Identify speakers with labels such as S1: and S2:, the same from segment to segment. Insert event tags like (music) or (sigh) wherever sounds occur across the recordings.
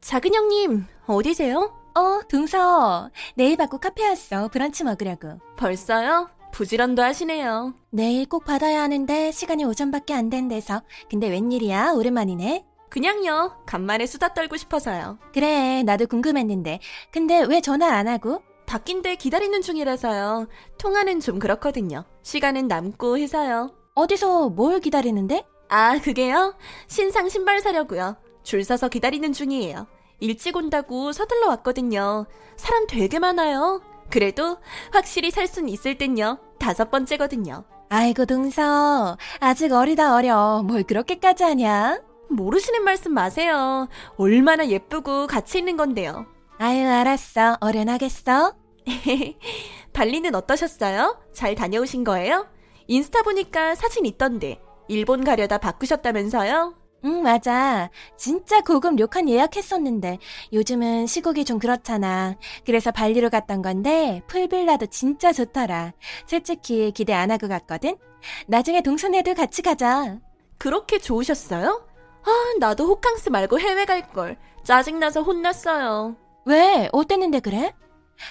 S1: 작은 형님, 어디세요?
S2: 어, 동서. 내일 받고 카페 왔어. 브런치 먹으려고.
S1: 벌써요? 부지런도 하시네요.
S2: 내일 꼭 받아야 하는데 시간이 오전밖에 안 된대서. 근데 웬일이야? 오랜만이네.
S1: 그냥요. 간만에 수다 떨고 싶어서요.
S2: 그래, 나도 궁금했는데. 근데 왜 전화 안 하고?
S1: 바뀐데 기다리는 중이라서요. 통화는 좀 그렇거든요. 시간은 남고 해서요.
S2: 어디서 뭘 기다리는데?
S1: 아, 그게요? 신상 신발 사려고요. 줄 서서 기다리는 중이에요. 일찍 온다고 서둘러 왔거든요. 사람 되게 많아요. 그래도 확실히 살 순 있을 땐요. 다섯 번째거든요.
S2: 아이고, 동서. 아직 어리다 어려. 뭘 그렇게까지 하냐?
S1: 모르시는 말씀 마세요. 얼마나 예쁘고 가치 있는 건데요.
S2: 아유, 알았어. 어련하겠어.
S1: (laughs) 발리는 어떠셨어요? 잘 다녀오신 거예요? 인스타 보니까 사진 있던데 일본 가려다 바꾸셨다면서요?
S2: 응, 맞아. 진짜 고급 료칸 예약했었는데 요즘은 시국이 좀 그렇잖아. 그래서 발리로 갔던 건데 풀빌라도 진짜 좋더라. 솔직히 기대 안 하고 갔거든. 나중에 동선에도 같이 가자.
S1: 그렇게 좋으셨어요? 아, 나도 호캉스 말고 해외 갈 걸. 짜증나서 혼났어요.
S2: 왜? 어땠는데 그래?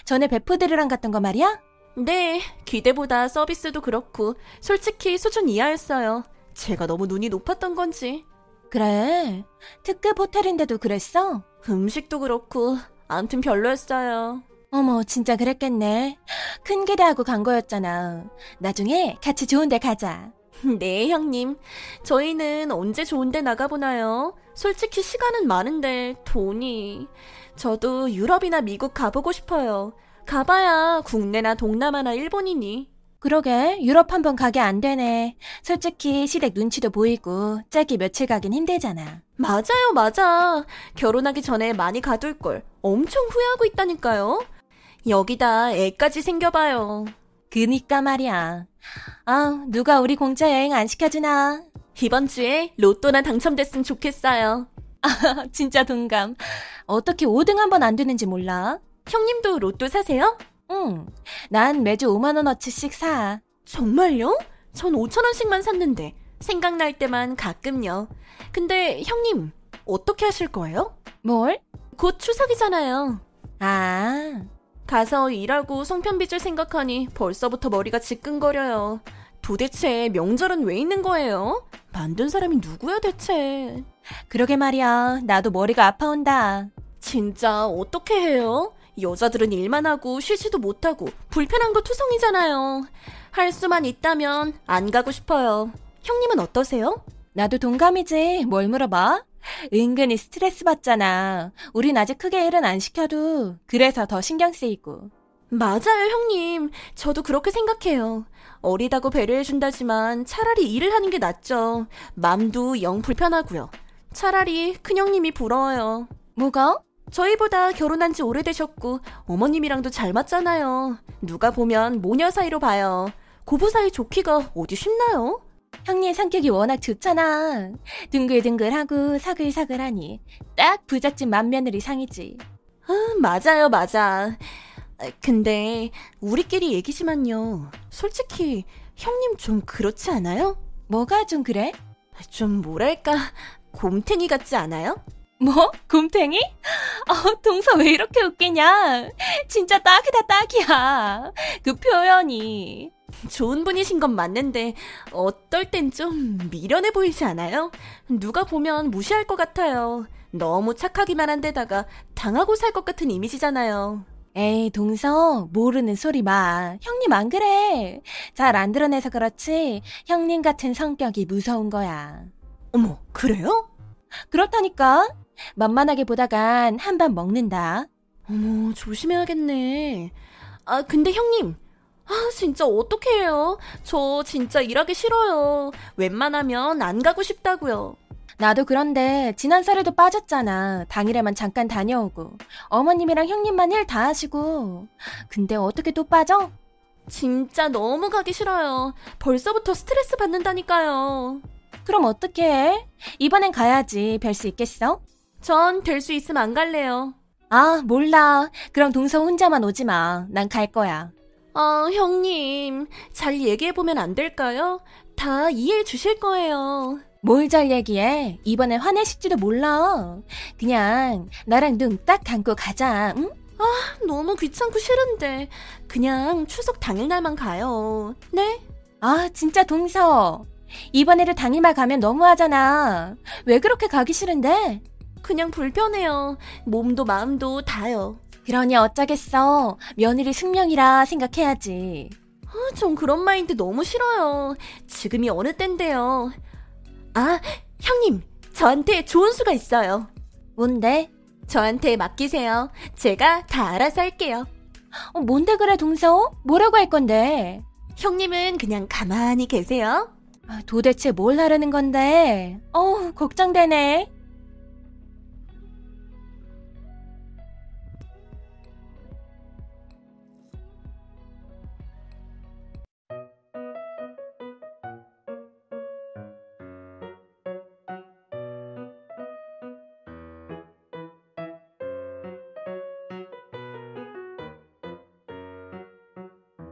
S2: 전에 베프들이랑 갔던 거 말이야?
S1: 네, 기대보다 서비스도 그렇고 솔직히 수준 이하였어요. 제가 너무 눈이 높았던 건지
S2: 그래. 특급 호텔인데도 그랬어?
S1: 음식도 그렇고 암튼 별로였어요.
S2: 어머, 진짜 그랬겠네. 큰 기대하고 간 거였잖아. 나중에 같이 좋은 데 가자.
S1: (laughs) 네, 형님. 저희는 언제 좋은데 나가보나요? 솔직히 시간은 많은데 돈이. 저도 유럽이나 미국 가보고 싶어요. 가봐야 국내나 동남아나 일본이니.
S2: 그러게 유럽 한 번 가게 안 되네. 솔직히 시댁 눈치도 보이고 짧게 며칠 가긴 힘들잖아.
S1: 맞아요, 맞아. 결혼하기 전에 많이 가둘 걸 엄청 후회하고 있다니까요. 여기다 애까지 생겨봐요.
S2: 그니까 말이야. 아 누가 우리 공짜 여행 안 시켜주나? (laughs)
S1: 이번 주에 로또나 당첨됐으면 좋겠어요.
S2: 진짜 동감. 어떻게 5등 한 번 안 되는지 몰라?
S1: 형님도 로또 사세요?
S2: 응. 난 매주 5만 원어치씩 사.
S1: 정말요? 전 5천원씩만 샀는데 생각날 때만 가끔요. 근데 형님 어떻게 하실 거예요?
S2: 뭘?
S1: 곧 추석이잖아요.
S2: 아
S1: 가서 일하고 송편비 줄 생각하니 벌써부터 머리가 지끈거려요. 도대체 명절은 왜 있는 거예요? 만든 사람이 누구야 대체?
S2: 그러게 말이야. 나도 머리가 아파온다.
S1: 진짜 어떻게 해요? 여자들은 일만 하고 쉬지도 못하고 불편한 거 투성이잖아요. 할 수만 있다면 안 가고 싶어요. 형님은 어떠세요?
S2: 나도 동감이지. 뭘 물어봐? 은근히 스트레스 받잖아. 우린 아직 크게 일은 안 시켜도 그래서 더 신경 쓰이고.
S1: 맞아요, 형님. 저도 그렇게 생각해요. 어리다고 배려해준다지만 차라리 일을 하는 게 낫죠. 맘도 영 불편하고요. 차라리 큰형님이 부러워요.
S2: 뭐가?
S1: 저희보다 결혼한 지 오래되셨고 어머님이랑도 잘 맞잖아요. 누가 보면 모녀 사이로 봐요. 고부 사이 좋기가 어디 쉽나요?
S2: 형님 성격이 워낙 좋잖아. 둥글둥글하고 사글사글하니 딱 부잣집 맏며느리 상이지.
S1: 음, 맞아요, 맞아. 아, 근데 우리끼리 얘기지만요. 솔직히 형님 좀 그렇지 않아요? 아,
S2: 뭐가 좀 그래?
S1: 좀 뭐랄까 곰탱이 같지 않아요?
S2: 뭐? 곰탱이? 어, 동서 왜 이렇게 웃기냐? 진짜 딱이다 딱이야. 그 표현이.
S1: 좋은 분이신 건 맞는데 어떨 땐 좀 미련해 보이지 않아요? 누가 보면 무시할 것 같아요. 너무 착하기만 한데다가 당하고 살 것 같은 이미지잖아요.
S2: 에이, 동서, 모르는 소리 마. 형님 안 그래. 잘 안 드러내서 그렇지. 형님 같은 성격이 무서운 거야.
S1: 어머, 그래요?
S2: 그렇다니까. 만만하게 보다간 한 번 먹는다.
S1: 어머, 조심해야겠네. 아, 근데 형님. 아, 진짜 어떻게 해요? 저 진짜 일하기 싫어요. 웬만하면 안 가고 싶다고요.
S2: 나도 그런데 지난 설에도 빠졌잖아. 당일에만 잠깐 다녀오고. 어머님이랑 형님만 일 다 하시고. 근데 어떻게 또 빠져?
S1: 진짜 너무 가기 싫어요. 벌써부터 스트레스 받는다니까요.
S2: 그럼 어떻게 해? 이번엔 가야지. 별 수 있겠어?
S1: 전 될 수 있으면 안 갈래요.
S2: 아, 몰라. 그럼 동서 혼자만 오지 마. 난 갈 거야.
S1: 아, 형님. 잘 얘기해보면 안 될까요? 다 이해해 주실 거예요.
S2: 뭘 잘 얘기해? 이번에 화내실지도 몰라. 그냥 나랑 눈 딱 감고 가자. 응?
S1: 너무 귀찮고 싫은데 그냥 추석 당일날만 가요. 네?
S2: 아, 진짜 동서. 이번에도 당일만 가면 너무하잖아. 왜 그렇게 가기 싫은데?
S1: 그냥 불편해요. 몸도 마음도 다요.
S2: 그러니 어쩌겠어. 며느리 숙명이라 생각해야지.
S1: 아, 전 그런 마인드 너무 싫어요. 지금이 어느 때인데요. 아, 형님, 저한테 좋은 수가 있어요.
S2: 뭔데?
S1: 저한테 맡기세요. 제가 다 알아서 할게요.
S2: 어, 뭔데 그래, 동서? 뭐라고 할 건데?
S1: 형님은 그냥 가만히 계세요.
S2: 아, 도대체 뭘 하려는 건데? 어우, 걱정되네.